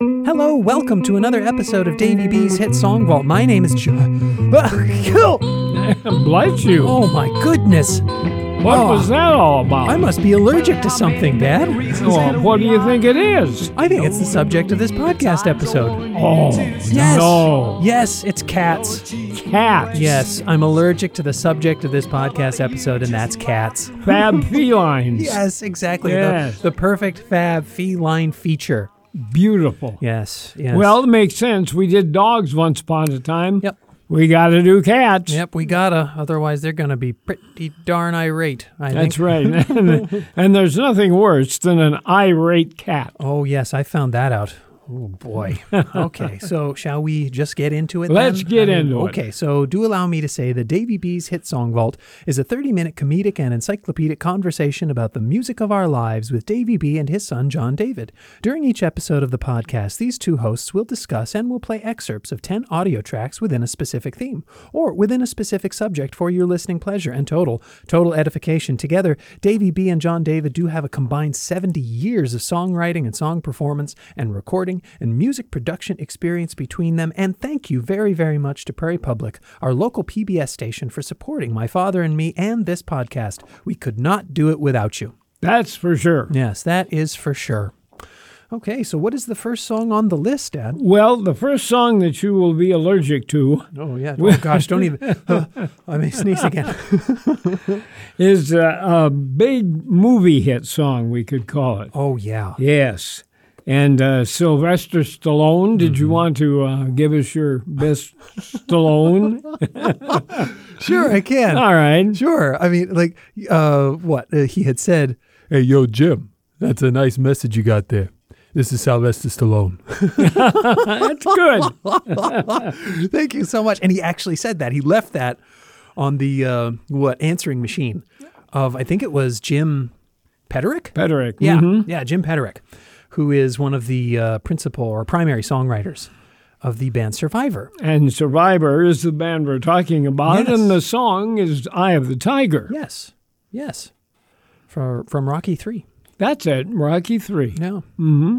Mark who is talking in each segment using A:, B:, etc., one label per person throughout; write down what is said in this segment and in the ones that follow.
A: Hello, welcome to another episode of Davy B's Hit Song Vault. My name is Jo. Oh,
B: Bless you.
A: oh my goodness.
B: What
A: Oh.
B: was that all
A: I
B: about?
A: must be allergic to something, Dad.
B: Well, what do you think it is?
A: I think it's the subject of this podcast episode.
B: Oh,
A: Yes.
B: no.
A: Yes, it's cats.
B: Cats.
A: Yes, I'm allergic to the subject of this podcast episode, and that's cats.
B: Fab felines.
A: Yes, exactly. The-
B: Yes.
A: The, perfect fab feline feature.
B: Beautiful.
A: Yes, yes.
B: Well, it makes sense. We did dogs once upon a time.
A: Yep.
B: We got to do cats.
A: Yep, we gotta. Otherwise, they're gonna be pretty darn irate. I think.
B: That's right. and, there's nothing worse than an irate cat.
A: Oh yes, I found that out. Oh boy. okay, so shall we just get into it?
B: Let's
A: then?
B: get into it.
A: Okay, so do allow me to say that Davy B's Hit Song Vault is a 30-minute comedic and encyclopedic conversation about the music of our lives with Davy B and his son John David. During each episode of the podcast, these two hosts will discuss and will play excerpts of 10 audio tracks within a specific theme or within a specific subject for your listening pleasure and total total edification. Together, Davy B and John David do have a combined 70 years of songwriting and song performance and recording and music production experience between them. And thank you very, very much to Prairie Public, our local PBS station, for supporting my father and me and this podcast. We could not do it without you.
B: That's for sure.
A: Yes, that is for sure. Okay, so what is the first song on the list, Dad?
B: Well, the first song that you will be allergic to
A: Oh, yeah. Oh, gosh, don't even. I may sneeze again.
B: is a, a big movie hit song, we could call it.
A: Oh, yeah.
B: Yes. And uh, Sylvester Stallone, did
A: Mm-hmm.
B: you want to uh, give us your best Stallone?
A: Sure, I can.
B: All right.
A: Sure. I mean, like, uh, what uh, he had said.
C: Hey, yo, Jim, that's a nice message you got there. This is Sylvester Stallone.
B: That's good.
A: Thank you so much. And he actually said that. He left that on the uh, what answering machine of I think it was Jim Pederick.
B: Pederick.
A: Yeah,
B: mhm.
C: mm-hmm.
A: yeah, Jim Pederick, who is one of the uh, principal or primary songwriters of the band Survivor.
B: And Survivor is the band we're talking about.
A: Yes.
B: And the song is Eye of the Tiger.
A: Yes, yes, for, from Rocky Three.
B: That's it. Rocky 3.
A: Yeah. Mm-hmm.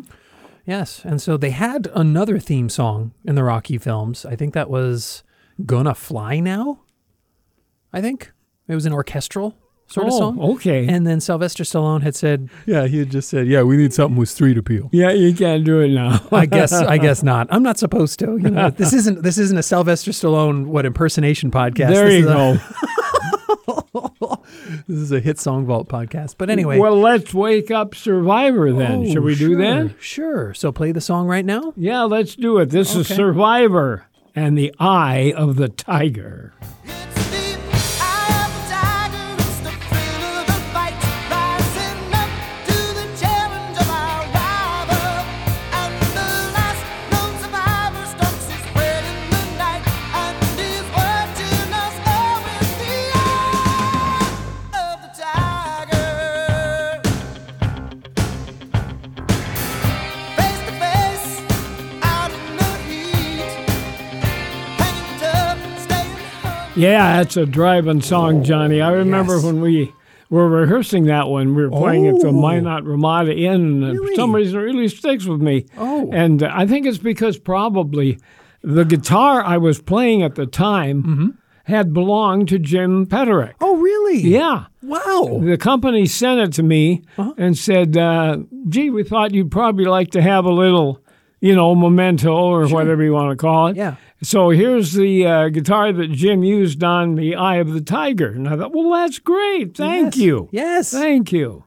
A: Yes. And so they had another theme song in the Rocky films. I think that was Gonna Fly Now. I think it was an orchestral sort of
B: Oh,
A: song.
B: okay.
A: And then Sylvester Stallone had said,
C: Yeah, he had just said, yeah, we need something with street appeal.
B: Yeah, you can't do it now.
A: I guess I guess not. I'm not supposed to. You know, this isn't this isn't a Sylvester Stallone what impersonation podcast.
B: there
A: this is a-
B: you go.
A: this is a hit song vault podcast. But anyway.
B: Well, let's wake up Survivor then.
A: Oh,
B: Shall we do
A: sure,
B: that?
A: Sure. So play the song right now?
B: Yeah, let's do it. This is
A: Okay.
B: Survivor and the Eye of the Tiger.
D: It's the eye of the tiger. It's the thrill of the fight, rising up to the challenge of our rival. And the last known survivor stalks his prey in the night, and is watching us all with the eye of the tiger. Face to face, out in the heat, hanging tough, staying hungry.
B: Yeah, that's a driving song, Johnny. I remember
A: Yes.
B: when we were rehearsing that one. We were playing at the
A: Oh.
B: Minot Ramada Inn, and for some
A: Really?
B: reason it really sticks with me.
A: Oh.
B: And uh, I think it's because probably the guitar I was playing at the time had belonged to Jim Pederick.
A: Mm-hmm. Oh really?
B: Yeah.
A: Wow.
B: The company sent it to me
A: Uh-huh.
B: and said, uh, gee, we thought you'd probably like to have a little, you know, memento or whatever you want to call it.
A: Yeah.
B: So here's the uh, guitar that Jim used on the Eye of the Tiger. And I thought, well, that's great. Thank
A: Yes.
B: you.
A: Yes.
B: Thank you.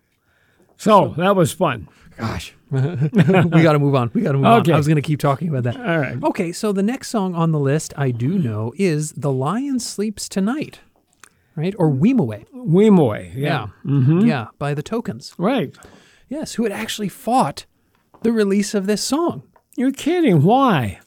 B: So, that was fun.
A: Gosh, we got to move on. We got to move on.
B: Okay.
A: I was going to keep talking about that.
B: All right.
A: Okay, so the next song on the list I do know is "The Lion Sleeps Tonight," right? Or "Weemaway."
B: Weemoy. Yeah. Mm-hmm.
A: yeah, by the Tokens.
B: Right.
A: Yes, who had actually fought the release of this song
B: You're kidding. Why?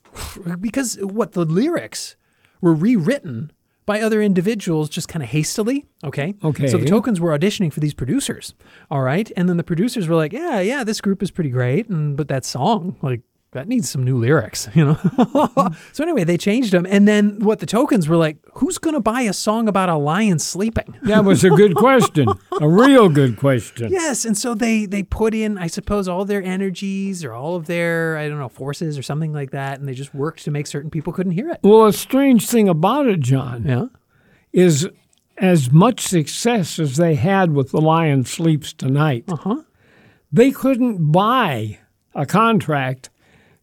A: because what the lyrics were rewritten by other individuals just kind of hastily. Okay.
B: Okay.
A: So the tokens were auditioning for these producers. All right. And then the producers were like, yeah, yeah, this group is pretty great. And, but that song, like, that needs some new lyrics, you know? so anyway, they changed them. And then what the tokens were like, who's going to buy a song about a lion sleeping?
B: That was a good question, a real good question.
A: Yes, and so they they put in, I suppose, all their energies or all of their I don't know forces or something like that, and they just worked to make certain people couldn't hear it.
B: Well, a strange thing about it, John,
A: Yeah,
B: is as much success as they had with The Lion Sleeps Tonight,
A: Uh-huh.
B: they couldn't buy a contract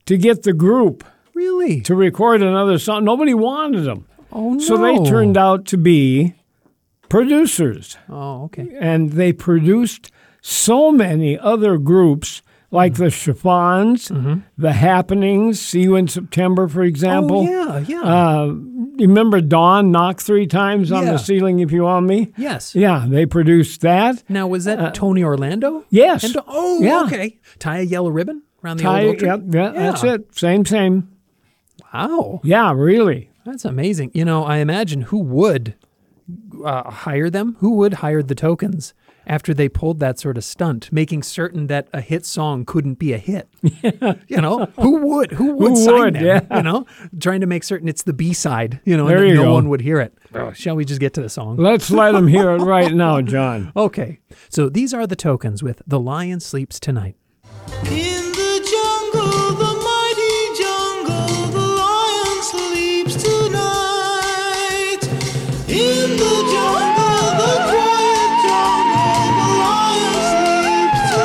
B: to get the group
A: really?
B: to record another song. Nobody wanted them.
A: Oh no!
B: So they turned out to be producers.
A: Oh okay.
B: and they produced so many other groups like
A: Mm-hmm.
B: the Chiffons, the Happenings, See You in September, for example. Uh,
A: Oh yeah, yeah.
B: You remember Dawn knocked three times on
A: Yeah.
B: the ceiling if you want me?
A: yes.
B: Yeah, they produced that.
A: Now was that Tony Orlando?
B: uh, Yes.
A: And, oh
B: Yeah.
A: okay. Tie a yellow ribbon around the
B: Ty-
A: old oak tree.
B: yep, yeah, that's
A: Yeah.
B: it. Same, same.
A: Wow,
B: Yeah, really.
A: that's amazing. You know, I imagine who would uh, hire them? Who would hire the tokens? After they pulled that sort of stunt, making certain that a hit song couldn't be a hit. You know, who would who would
B: Who
A: sign
B: would,
A: them?
B: yeah.
A: You know, trying to make certain it's the B side. You know,
B: There
A: and that
B: you
A: no
B: go. Oh.
A: one would hear it. Shall we just get to the song?
B: Let's let them hear it right now, John.
A: Okay, so these are the tokens with "The Lion Sleeps Tonight."
D: In the jungle, the mighty jungle, the lion sleeps tonight. In the jungle, the quiet jungle, the lion sleeps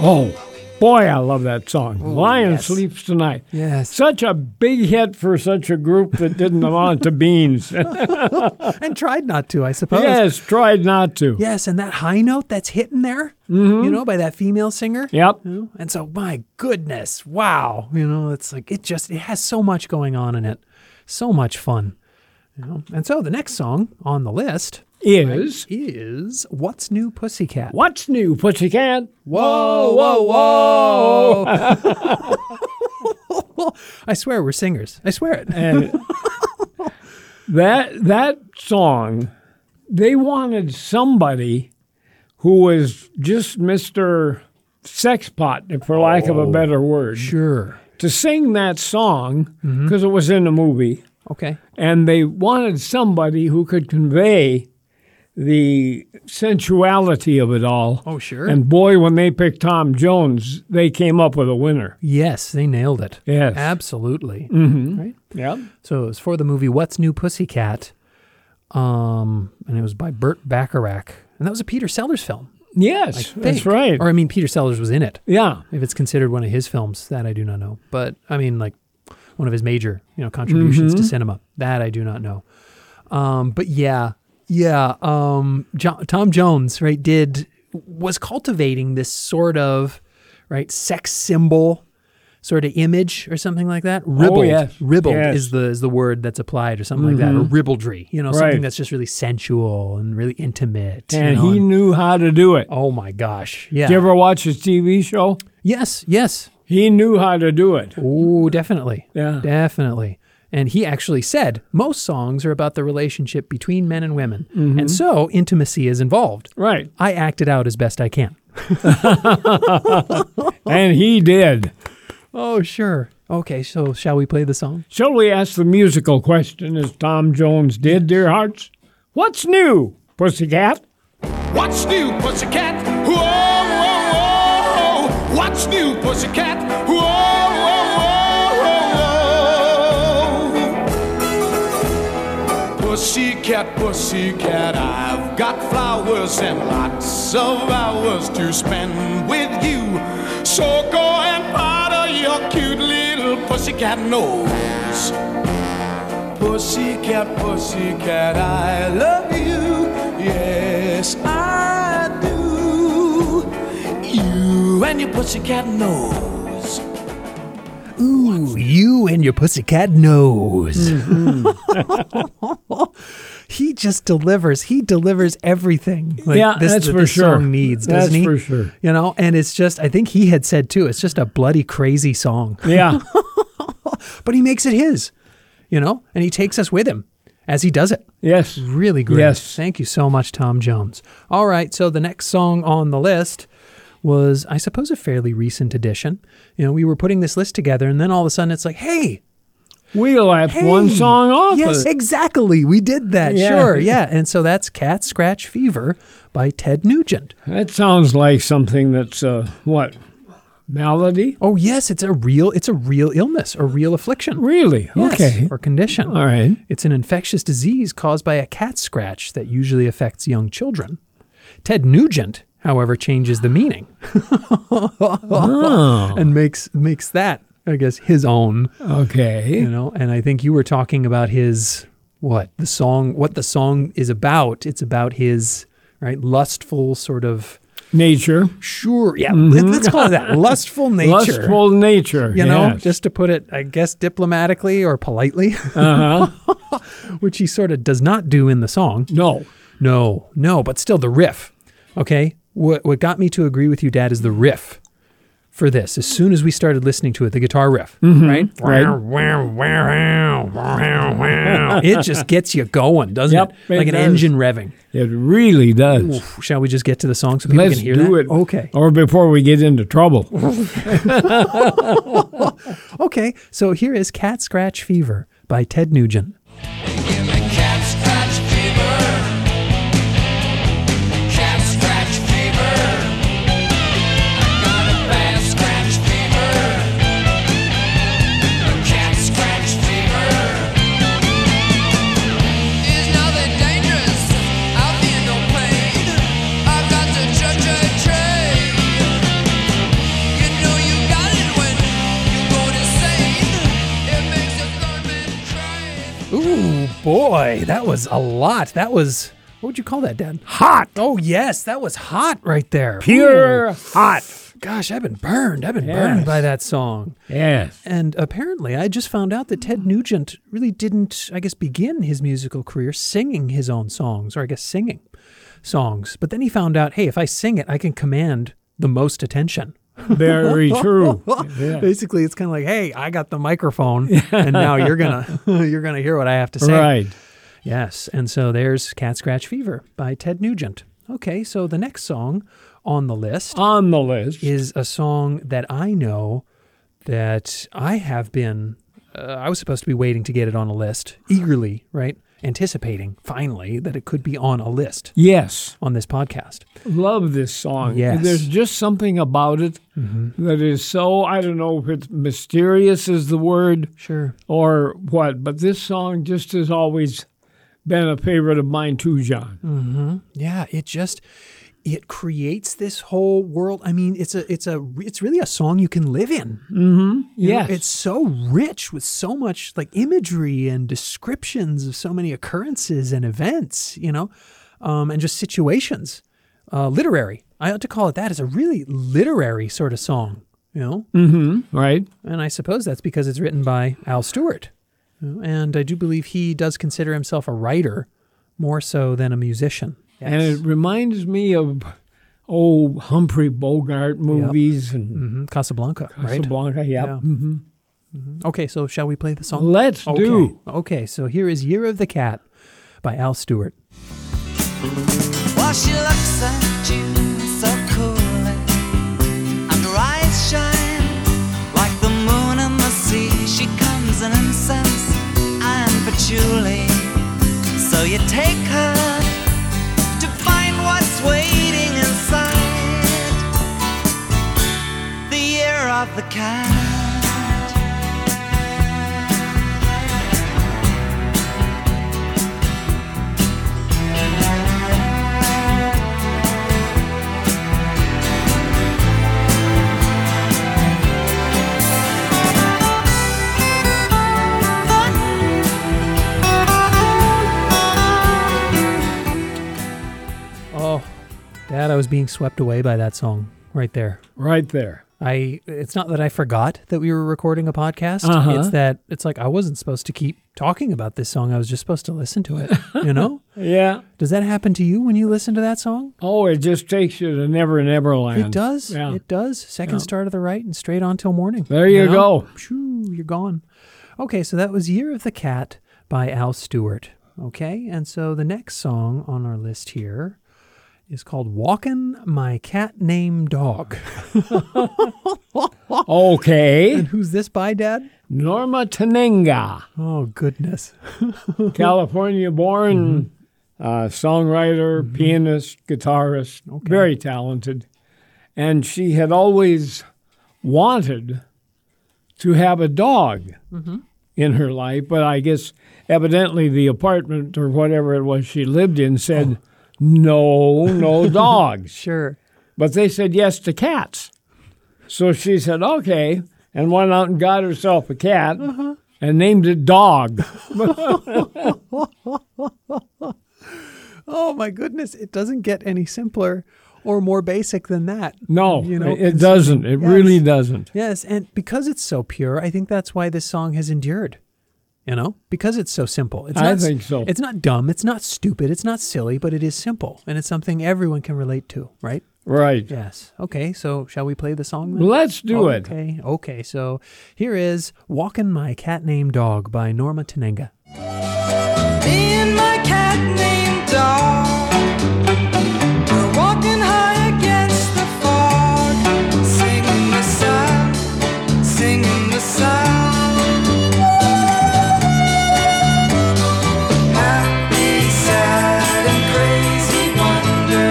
B: Oh, boy, I love that song. Lion
A: Oh, yes.
B: Sleeps Tonight.
A: Yes.
B: Such a big hit for such a group that didn't amount to beans.
A: and tried not to, I suppose.
B: Yes, tried not to.
A: Yes, and that high note that's hitting there, you know, by that female singer.
B: Yep.
A: You know? And so, my goodness, wow, you know, it's like it just it has so much going on in it, so much fun. You know? And so, the next song on the list
B: Is
A: is "What's New, Pussycat."
B: what's new, pussycat?
A: Whoa, whoa, whoa. I swear we're singers. I swear it.
B: And that that song, they wanted somebody who was just Mr. Sexpot, for lack
A: Oh,
B: of a better word,
A: Sure.
B: to sing that song
A: Mm-hmm.
B: because it was in a movie.
A: Okay.
B: and they wanted somebody who could convey the sensuality of it all.
A: Oh, sure.
B: And boy, when they picked Tom Jones, they came up with a winner.
A: Yes, they nailed it.
B: Yes. Mm-hmm.
A: Absolutely. Right?
B: Yeah.
A: So it was for the movie What's New Pussycat. Um, and it was by Burt Bacharach. And that was a Peter Sellers film.
B: Yes, that's
A: think.
B: right.
A: Or I mean Peter Sellers was in it.
B: yeah.
A: If it's considered one of his films, that I do not know. But I mean like one of his major, you know, contributions
B: Mm-hmm.
A: to cinema. That I do not know. Um, but yeah. Yeah, um jo- Tom Jones, right, did was cultivating this sort of right sex symbol sort of image or something like that. Ribbled.
B: Oh, yes.
A: Ribbled
B: Yes. Mm-hmm.
A: is the is the word that's applied or something like that. Or ribaldry, you know, something
B: Right.
A: that's just really sensual and really intimate. you
B: And
A: know,
B: he knew how to do it.
A: Oh my gosh. Yeah.
B: Did you ever watch his TV show?
A: yes, yes.
B: He knew how to do it.
A: Oh, definitely.
B: Yeah.
A: Definitely. And he actually said most songs are about the relationship between men and women. And so intimacy is involved.
B: Right.
A: I act it out as best I can.
B: And he did.
A: Oh, sure. Okay, so shall we play the song?
B: Shall we ask the musical question as Tom Jones did, dear hearts? What's new, pussycat?
E: What's new, pussycat? Whoa, whoa, whoa. What's new, pussycat? Whoa, whoa, whoa, whoa, whoa. Pussycat, pussycat, I've got flowers and lots of hours to spend with you. So go and powder your cute little pussycat nose. Pussycat, pussycat, I love you. Yes, I do. You and your pussycat nose.
A: Ooh, you and your pussycat nose. Mm-hmm. he just delivers. He delivers everything. Like,
B: Yeah,
A: this,
B: that's
A: that
B: for
A: this
B: sure.
A: Song needs,
B: That's
A: doesn't he?
B: for sure.
A: You know, and it's just. I think he had said too. It's just a bloody crazy song,
B: Yeah.
A: but he makes it his. You know, and he takes us with him as he does it.
B: yes.
A: Really great.
B: Yes.
A: Thank you so much, Tom Jones. All right. So the next song on the list was, I suppose, a fairly recent addition. You know, we were putting this list together, and then all of a sudden it's like, hey,
B: We left
A: hey,
B: one song off.
A: Yes,
B: of it.
A: exactly. We did that.
B: Yeah.
A: Sure. Yeah. And so that's Cat Scratch Fever by Ted Nugent.
B: That sounds like something that's uh, what malady?
A: Oh yes, it's a real it's a real illness, a real affliction.
B: Really?
A: Yes,
B: Okay.
A: Or condition.
B: All right.
A: It's an infectious disease caused by a cat scratch that usually affects young children. Ted Nugent, however, changes the meaning
B: Oh.
A: and makes makes that, I guess, his own. You
B: Okay.
A: know, and I think you were talking about his what the song, what the song is about. It's about his right lustful sort of
B: Nature.
A: sure, yeah. Let's call it that lustful nature.
B: Lustful nature.
A: You know,
B: yes.
A: just to put it, I guess, diplomatically or politely,
B: Uh-huh.
A: which he sort of does not do in the song.
B: no.
A: No, no, but still the riff. Okay. What, what got me to agree with you, Dad, is the riff for this. As soon as we started listening to it, the guitar riff, right?
B: Mm-hmm. Right.
A: it just gets you going, doesn't
B: Yep,
A: it?
B: it
A: Like an
B: does.
A: engine revving.
B: It really does.
A: Shall we just get to the song so people
B: Let's
A: can hear
B: do
A: that?
B: it.
A: Okay.
B: Or before we get into trouble.
A: Okay. So here is Cat Scratch Fever by Ted Nugent.
D: Give me cat scratch fever. Cat scratch fever. I got a bad scratch fever. A cat scratch fever. Is nothing dangerous out there no pain. I've got the judge a trade. You know you got it when you go to say it makes a third man cry.
A: Ooh, boy, that was a lot. That was what would you call that, Dad? Hot. Oh yes, that was hot right there.
B: Pure
A: Ooh,
B: hot.
A: gosh, I've been burned. I've been burned
B: Yes.
A: by that song.
B: Yes.
A: And apparently, I just found out that Ted Nugent really didn't, I guess, begin his musical career singing his own songs, or I guess singing songs. But then he found out, hey, if I sing it, I can command the most attention.
B: Very true. Yeah.
A: Basically, it's kind of like, hey, I got the microphone, and now you're gonna you're gonna hear what I have to say.
B: Right.
A: Yes, and so there's Cat Scratch Fever by Ted Nugent. Okay, so the next song on the list
B: On the list.
A: is a song that I know that I have been, uh, I was supposed to be waiting to get it on a list, eagerly, right? Anticipating finally that it could be on a list
B: Yes.
A: on this podcast.
B: Love this song.
A: Yes. Mm-hmm.
B: There's just something about it that is so, I don't know if it's mysterious is the word
A: Sure.
B: or what, but this song just has always been a favorite of mine too, John.
A: Mm-hmm. Yeah, it just it creates this whole world. I mean, it's a it's a it's really a song you can live in. You know,
B: Yes.
A: It's so rich with so much like imagery and descriptions of so many occurrences and events, you know, um, and just situations. Uh, literary. I ought to call it that. It's a really literary sort of song, you know?
B: Mm. right?
A: And I suppose that's because it's written by Al Stewart. you know, And I do believe he does consider himself a writer more so than a musician.
B: And it reminds me of old Humphrey Bogart movies and
A: Mhm, Casablanca, right?
B: Casablanca. Yep.
A: Yeah. Mm-hmm. Okay, so shall we play the song?
B: Mm-hmm. Let's
A: Okay.
B: do.
A: Okay, so here is Year of the Cat by Al Stewart.
D: While she looks at you so coolly, and her eyes shine like the moon in the sea. She comes in incense and patchouli, so you take her to find what's waiting inside. The year of the cat.
A: Oh, Dad, I was being swept away by that song right there.
B: Right there.
A: I it's not that I forgot that we were recording a podcast.
B: Uh-huh.
A: It's that it's like I wasn't supposed to keep talking about this song. I was just supposed to listen to it, you know?
B: Yeah.
A: Does that happen to you when you listen to that song?
B: Oh, it just takes you to Never Never Land.
A: It does.
B: Yeah.
A: It does. Second star to the right and straight on till morning.
B: There you go.
A: Phew, you're gone. Okay, so that was Year of the Cat by Al Stewart. Okay, and so the next song on our list here is called Walkin' My Cat Named Dog.
B: Okay.
A: And who's this by, Dad?
B: Norma Tenenga,
A: Oh, goodness.
B: California born
A: Mm-hmm.
B: uh, songwriter, pianist, guitarist, very talented. And she had always wanted to have a dog
A: Mm-hmm.
B: in her life, but I guess evidently the apartment or whatever it was she lived in
A: Oh.
B: said, no, no dogs.
A: Sure.
B: But they said yes to cats. So she said, okay, and went out and got herself a cat
A: Uh-huh.
B: and named it Dog.
A: Oh, my goodness. It doesn't get any simpler or more basic than that.
B: No,
A: You know,
B: it- it doesn't. It really doesn't.
A: Yes, and because it's so pure, I think that's why this song has endured. You know, because it's so simple. It's
B: I
A: not, s-
B: think so.
A: It's not dumb. It's not stupid. It's not silly, but it is simple, and it's something everyone can relate to, right?
B: Right.
A: Yes. Okay. So, shall we play the song? Then?
B: Let's do it.
A: Okay. Okay. So, here is "Walking My Cat Named Dog" by Norma Tenenga.
D: Me and my cat named Dog We're walking high against the fog Singing the sound, singing the sound Happy, sad and crazy wonder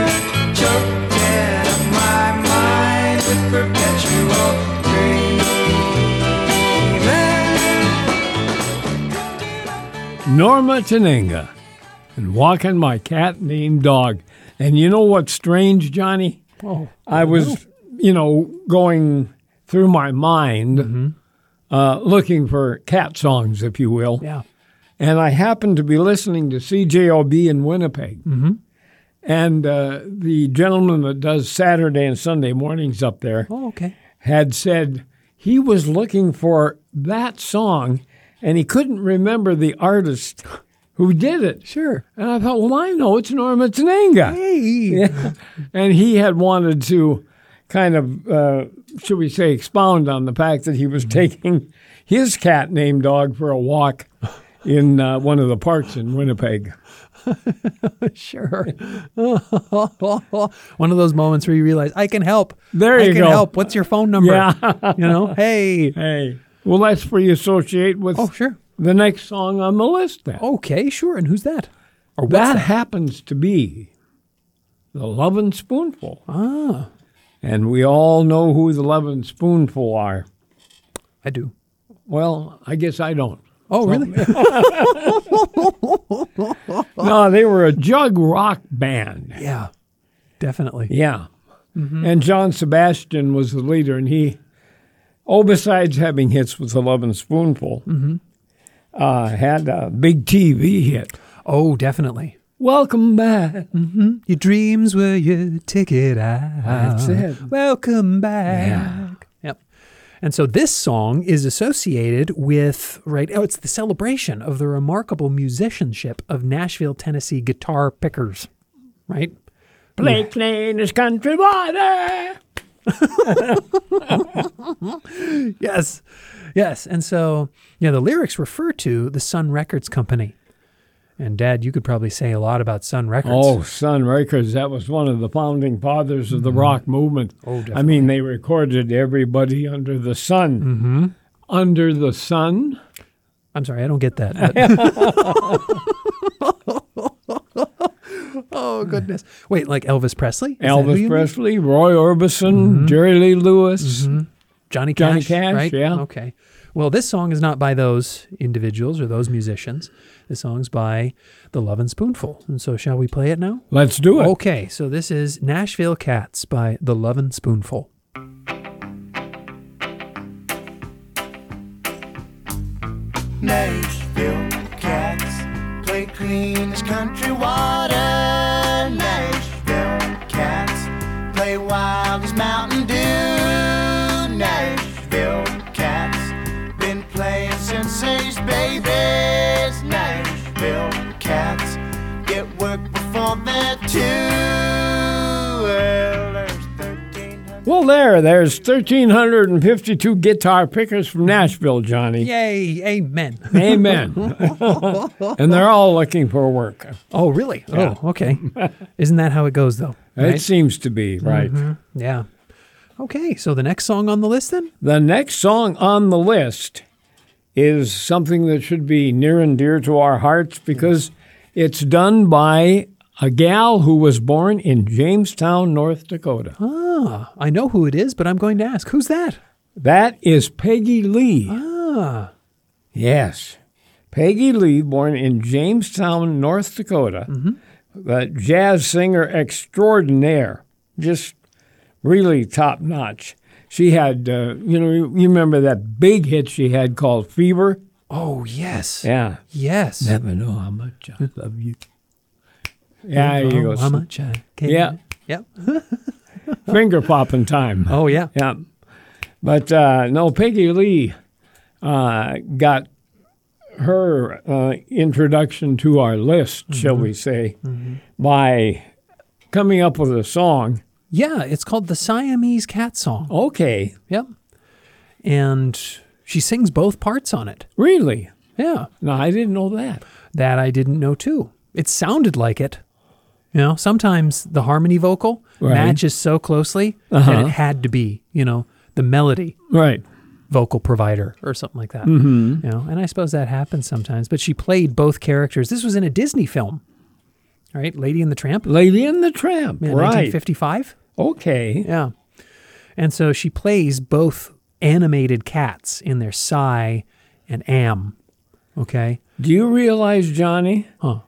D: Choked out of my mind with perpetual dreaming
B: Norma Tenenga and walking my cat named Dog. And you know what's strange, Johnny?
A: Oh,
B: I was, you know, going through my mind,
A: Mm-hmm.
B: uh, looking for cat songs, if you will.
A: yeah.
B: and I happened to be listening to CJOB in Winnipeg. Mm-hmm. And uh, the gentleman that does Saturday and Sunday mornings up there
A: Oh, okay.
B: had said he was looking for that song and he couldn't remember the artist who did it.
A: Sure.
B: And I thought, well, I know it's Norma Tenenga.
A: Hey.
B: Yeah. and he had wanted to kind of, uh, should we say, expound on the fact that he was taking his cat named dog for a walk in uh, one of the parks in Winnipeg.
A: Sure. One of those moments where you realize I can help.
B: There
A: I
B: you
A: can
B: go.
A: help. What's your phone number?
B: Yeah.
A: you know. Hey.
B: Hey, well, that's where you associate with
A: Oh sure.
B: the next song on the list then.
A: Okay. Sure. And who's that? Or what's
B: that, happens to be the Lovin' Spoonful. Ah. And we all know who the Lovin' Spoonful are.
A: I do.
B: Well, I guess I don't.
A: Oh really?
B: No, they were a jug rock band.
A: yeah. Definitely.
B: Yeah. And John Sebastian was the leader, and he, oh, besides having hits with 11 Spoonful, uh, had a big TV hit.
A: Oh, definitely.
B: Welcome back.
A: Your dreams were your ticket out.
B: That's it.
A: Welcome back. Yep. And so this song is associated with, right? Oh, it's the celebration of the remarkable musicianship of Nashville, Tennessee guitar pickers, right?
B: Play clean as country water.
A: Yes. Yes. And so, yeah, the lyrics refer to the Sun Records Company. And Dad, you could probably say a lot about Sun Records.
B: Oh, Sun Records, that was one of the founding fathers of the rock movement. Oh, I mean, they recorded everybody under the sun. Mm-hmm. Under the sun?
A: I'm sorry, I don't get that. but- oh goodness! Wait, like Elvis Presley, Is that who you
B: Elvis
A: mean?
B: Presley, Roy Orbison, Jerry Lee Lewis.
A: Johnny Cash,
B: Johnny Cash,
A: right?
B: yeah.
A: Okay. Well, this song is not by those individuals or those musicians. This song's by the Love and Spoonful. And so, shall we play it now?
B: Let's do it.
A: Okay, so this is Nashville Cats by the Love and Spoonful.
F: Nashville cats play clean as country water. Nashville cats play wild as Mountain Dew. babies, Nashville cats get work before they're too well. There's 1300.
B: Well, there, there's 1,352 guitar pickers from Nashville, Johnny.
A: Yay, amen.
B: Amen. and they're all looking for work.
A: Oh, really? Oh, okay. Isn't that how it goes, though?
B: It seems to be, right?
A: Yeah. Okay, so the next song on the list then?
B: The next song on the list is something that should be near and dear to our hearts because it's done by a gal who was born in Jamestown, North Dakota.
A: Ah, I know who it is, but I'm going to ask who's that?
B: That is Peggy Lee.
A: Ah,
B: Yes. Peggy Lee, born in Jamestown, North Dakota, the jazz singer extraordinaire, just really top notch. She had, uh, you know, you you remember that big hit she had called Fever?
A: oh, yes.
B: Yeah.
A: Yes.
B: Never know how much I love you. Yeah, there you
A: Oh, how
B: go.
A: much I can-
B: Yeah.
A: Yep.
B: Finger popping time.
A: Oh, yeah.
B: Yeah. But uh, no, Peggy Lee uh, got her uh, introduction to our list, shall we say, by coming up with a song.
A: Yeah, it's called the Siamese Cat Song.
B: Okay,
A: Yep. And she sings both parts on it.
B: really?
A: Yeah.
B: No, I didn't know that.
A: That I didn't know too. It sounded like it. You know, sometimes the harmony vocal
B: Right. Uh-huh.
A: matches so closely that it had to be, you know, the melody
B: Right.
A: vocal provider or something like that. Mm-hmm. You know, and I suppose that happens sometimes. But she played both characters. This was in a Disney film, right? Lady and the Tramp, in
B: Lady and the Tramp. right.
A: 1955.
B: Okay.
A: Yeah. And so she plays both animated cats in their Psy and Am. Okay.
B: Do you realize, Johnny,
A: Huh.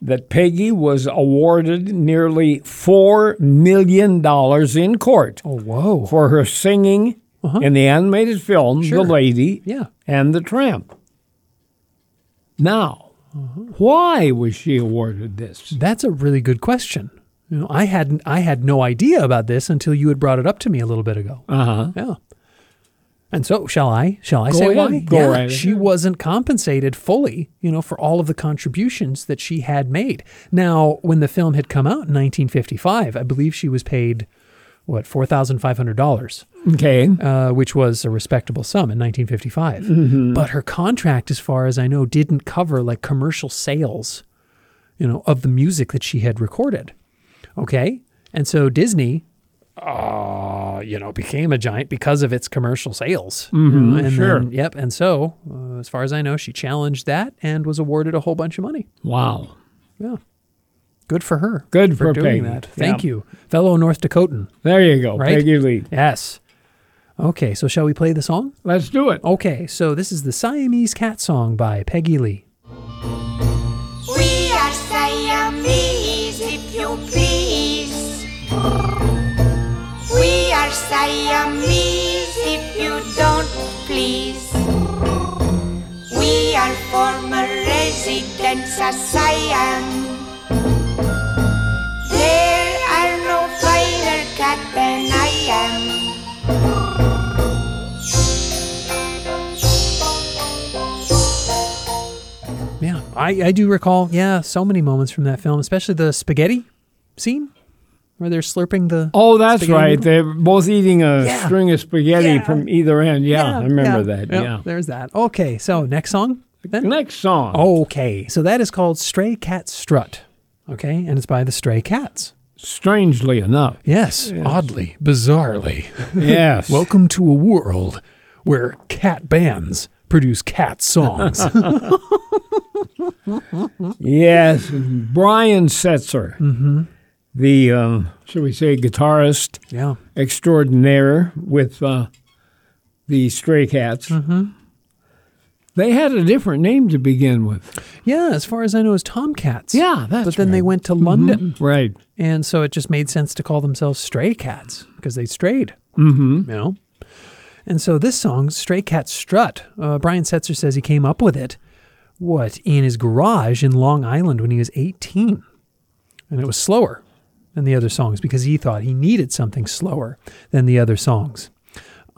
B: that Peggy was awarded nearly $4 million in court?
A: Oh, whoa.
B: for her singing in the animated film
A: Sure.
B: The Lady
A: Yeah.
B: and the Tramp. Now, why was she awarded this?
A: That's a really good question. You know, I hadn't I had no idea about this until you had brought it up to me a little bit ago.
B: Uh-huh.
A: Yeah. And so, shall I? Shall I
B: Go
A: say
B: ahead.
A: why?
B: Go
A: yeah,
B: right
A: she
B: ahead.
A: wasn't compensated fully, you know, for all of the contributions that she had made. Now, when the film had come out in 1955, I believe she was paid what four thousand five hundred dollars,
B: Okay.
A: uh, which was a respectable sum in 1955.
B: Mm-hmm.
A: But her contract, as far as I know, didn't cover like commercial sales, you know, of the music that she had recorded. Okay, and so Disney uh, you know, became a giant because of its commercial sales. Mm-hmm, and
B: sure.
A: then- yep. And so, uh, as far as I know, she challenged that and was awarded a whole bunch of money.
B: Wow.
A: Yeah. Good for her.
B: Good
A: for,
B: for
A: doing
B: Peggy.
A: that. Thank
B: Yeah.
A: you, fellow North Dakotan.
B: There you go,
A: Right?
B: Peggy Lee.
A: Yes. Okay. So, shall we play the song?
B: Let's do it.
A: Okay. So, this is the Siamese Cat Song by Peggy Lee.
G: We are Siamese, if you please. We are Siamese, if you don't please. We are former residents of Siam. There are no finer cat than I am.
A: Yeah. I, I do recall, yeah, so many moments from that film, especially the spaghetti scene where they're slurping the.
B: Oh, that's
A: Spaghetti
B: right.
A: noodle?
B: They're both eating a
A: Yeah.
B: string of spaghetti
A: Yeah.
B: from either end. Yeah, I remember that.
A: Yep,
B: Yeah.
A: There's that. Okay. So, next song then?
B: Next song.
A: Okay. So that is called Stray Cat Strut. Okay. And it's by the Stray Cats.
B: Strangely enough.
A: Yes.
C: Oddly, bizarrely.
B: Yes.
A: Welcome to a world where cat bands produce cat songs.
B: Yes, Brian Setzer, the um, shall we say guitarist
A: yeah.
B: extraordinaire with uh, the Stray Cats.
A: Mm-hmm.
B: They had a different name to begin with.
A: Yeah. As far as I know, it's Tomcats.
B: Yeah, that's
A: But then
B: right. Mm-hmm.
A: they went to London.
B: Right.
A: And so it just made sense to call themselves Stray Cats because they strayed. Mm-hmm. You know? And so this song, Stray Cat Strut, uh, Brian Setzer says he came up with it, what, in his garage in Long Island when he was 18. And it was slower than the other songs because he thought he needed something slower than the other songs.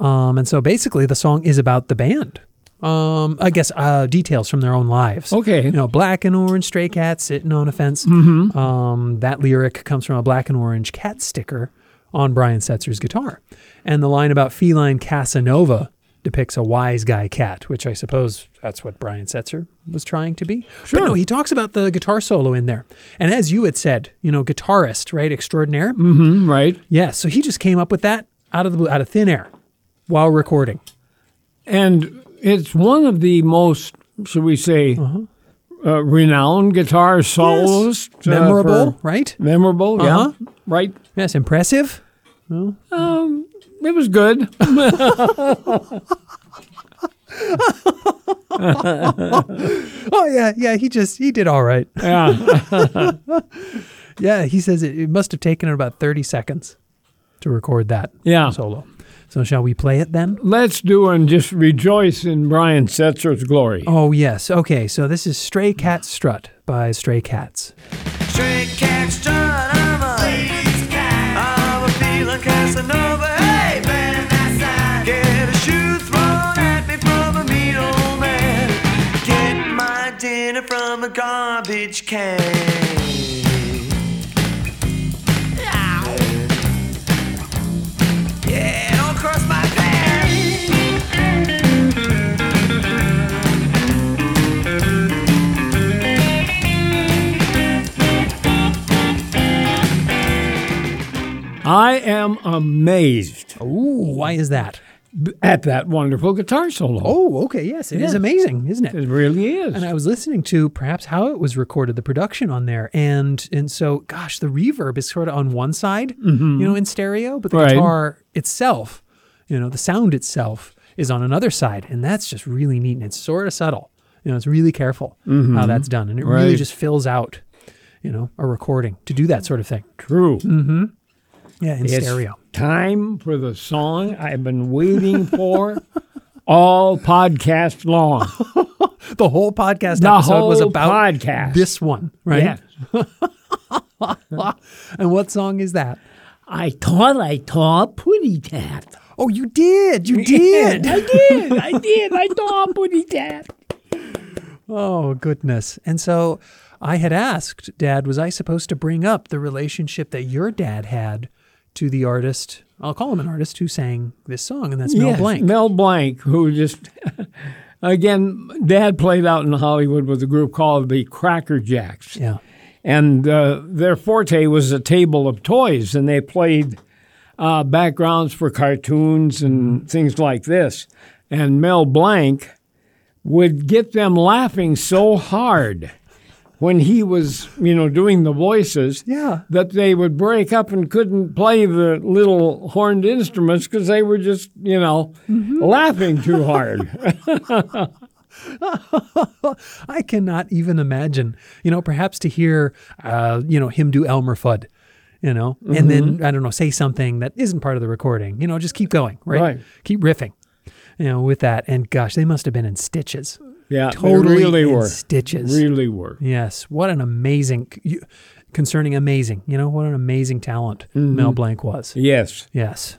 A: Um, and so basically the song is about the band. um, I guess uh, details from their own lives.
B: Okay.
A: you know, black and orange stray cat sitting on a fence. Um, that lyric comes from a black and orange cat sticker on Brian Setzer's guitar, and the line about feline Casanova depicts a wise guy cat, which I suppose that's what Brian Setzer was trying to be. Sure. But no, he talks about the guitar solo in there, and as you had said, you know, guitarist, right, extraordinaire. Mm-hmm.
B: Mm, right.
A: Yeah, so he just came up with that out of the blue, out of thin air, while recording.
B: And it's one of the most, should we say, uh
A: Mm-hmm.
B: renowned guitar soloists. uh, for-
A: Memorable, right?
B: memorable,
A: Uh-huh.
B: yeah. Right.
A: Yes, impressive.
B: It was good.
A: Oh yeah, yeah. He just he did all right.
B: Yeah.
A: Yeah, he says it, it must have taken him about thirty seconds to record that
B: Yeah.
A: solo. So shall we play it then?
B: Let's do and just rejoice in Brian Setzer's glory.
A: Oh yes. Okay. So this is Stray Cat Strut by Stray Cats.
F: Stray cat strut, I'm a lazy cat. I'm a feeling Casanova. Hey, man, that's that. Get a shoe thrown at me from a mean old man. Get my dinner from a garbage can. Yeah, don't cross my fan.
B: I am amazed
A: Ooh, why is that?
B: at that wonderful guitar solo.
A: Oh, okay. Yes, it is amazing, isn't
B: It really is.
A: And I was listening to perhaps how it was recorded, the production on there, and and so gosh, the reverb is sort of on one side, you know, in stereo, but the
B: Mm-hmm. Right.
A: guitar itself, you know, the sound itself is on another side, and that's just really neat and it's sort of subtle. You know, it's really careful how that's done, and it really
B: Mm-hmm. Right.
A: just fills out, you know, a recording to do that sort of thing.
B: True.
A: Yeah, in
B: It's
A: stereo.
B: Time for the song I've been waiting for all podcast long.
A: The whole podcast
B: The
A: episode was
B: whole
A: about
B: podcast.
A: this one, right?
B: Yes.
A: And what song is that?
B: I thought I saw a putty tat.
A: Oh, you did. You did.
B: I did. I did. I saw a putty tat.
A: Oh, goodness. And so I had asked, Dad, was I supposed to bring up the relationship that your dad had to the artist? I'll call him an artist who sang this song, and that's Mel
B: Yes,
A: Blanc.
B: Mel Blanc, who just, again, Dad played out in Hollywood with a group called the Cracker Jacks.
A: yeah.
B: And uh, their forte was a table of toys, and they played uh, backgrounds for cartoons and things like this. And Mel Blanc would get them laughing so hard when he was, you know, doing the voices
A: Yeah.
B: that they would break up and couldn't play the little horned instruments because they were just, you know,
A: Mm-hmm.
B: laughing too hard.
A: I cannot even imagine, you know, perhaps to hear, uh, you know, him do Elmer Fudd, you know, and
B: Mm-hmm.
A: then, I don't know, say something that isn't part of the recording, you know, just keep going, right?
B: Right.
A: Keep riffing, you know, with that. And gosh, they must have been in stitches.
B: yeah, they
A: Totally
B: really
A: in
B: were
A: stitches.
B: Really were.
A: Yes, what an amazing, you- concerning amazing. You know what an amazing talent Mel Blanc was.
B: Yes.
A: Yes.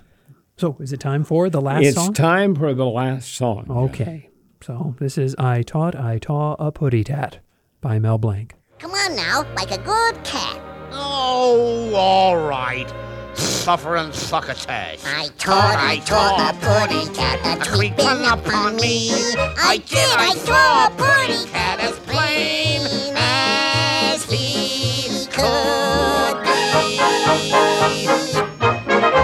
A: So is it time for the last
B: it's
A: song? Oh,
B: time for the last song.
A: okay. So this is "I Taught I Taw a Putty Tat" by Mel Blanc.
H: Come on now, like a good cat.
I: Oh, all right. Suffering succotash.
H: I taught, I taught a putty cat a
I: Creeping
H: creeping
I: upon me.
H: I did, I saw a putty cat
I: as
H: as
I: plain
H: plain
I: as he
H: he could be.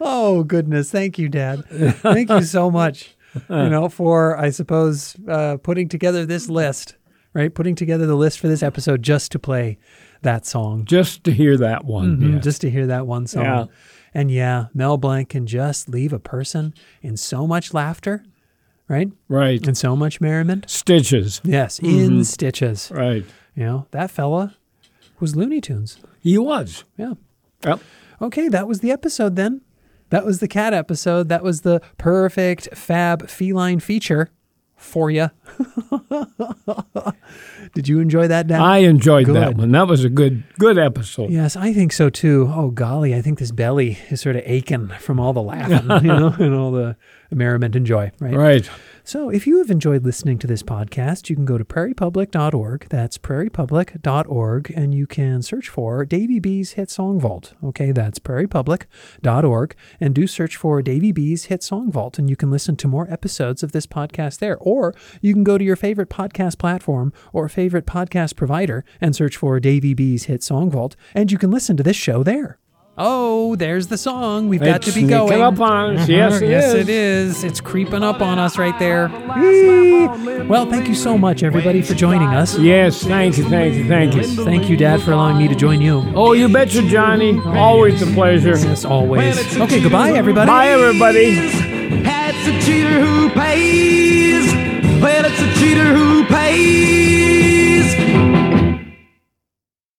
A: Oh goodness! Thank you, Dad. Thank you so much. You know, for I suppose uh, putting together this list, right? Putting together the list for this episode just to play that song.
B: Just to hear that one.
A: Mhm,
B: yes.
A: just to hear that one song.
B: Yeah.
A: And yeah, Mel Blanc can just leave a person in so much laughter, right?
B: Right.
A: And so much merriment.
B: Stitches.
A: Yes,
B: Mm-hmm.
A: in stitches.
B: Right.
A: You know, that fella was Looney Tunes.
B: He was.
A: Yeah.
B: Yep.
A: Okay, that was the episode then. That was the cat episode. That was the perfect fab feline feature for you. Did you enjoy that, Dan?
B: I enjoyed that
A: Good.
B: one. That was a good good episode.
A: Yes, I think so too. Oh golly, I think this belly is sort of aching from all the laughing, you know, and all the merriment and joy, right?
B: Right.
A: So, if you have enjoyed listening to this podcast, you can go to prairiepublic.org. That's prairiepublic.org, and you can search for Davy B's Hit Song Vault. Okay, that's prairiepublic.org, and do search for Davy B's Hit Song Vault, and you can listen to more episodes of this podcast there. Or you can go to your favorite podcast platform or favorite podcast provider and search for Davy B's Hit Song Vault, and you can listen to this show there. Oh, there's the song. We've got
B: It's
A: to be
B: sneaking
A: going. Mm-hmm.
B: up on us. Yes, it
A: yes,
B: is.
A: it is. It's creeping up on us right there. Whee! Well, thank you so much, everybody, for joining us.
B: Yes, thank you, thank you, thank you.
A: Thank you, Dad, for allowing me to join you.
B: Oh, you betcha, Johnny. Always a pleasure.
A: As always. Okay, goodbye, everybody.
B: Bye, everybody.
F: That's a cheater who pays. Well, it's a cheater who pays.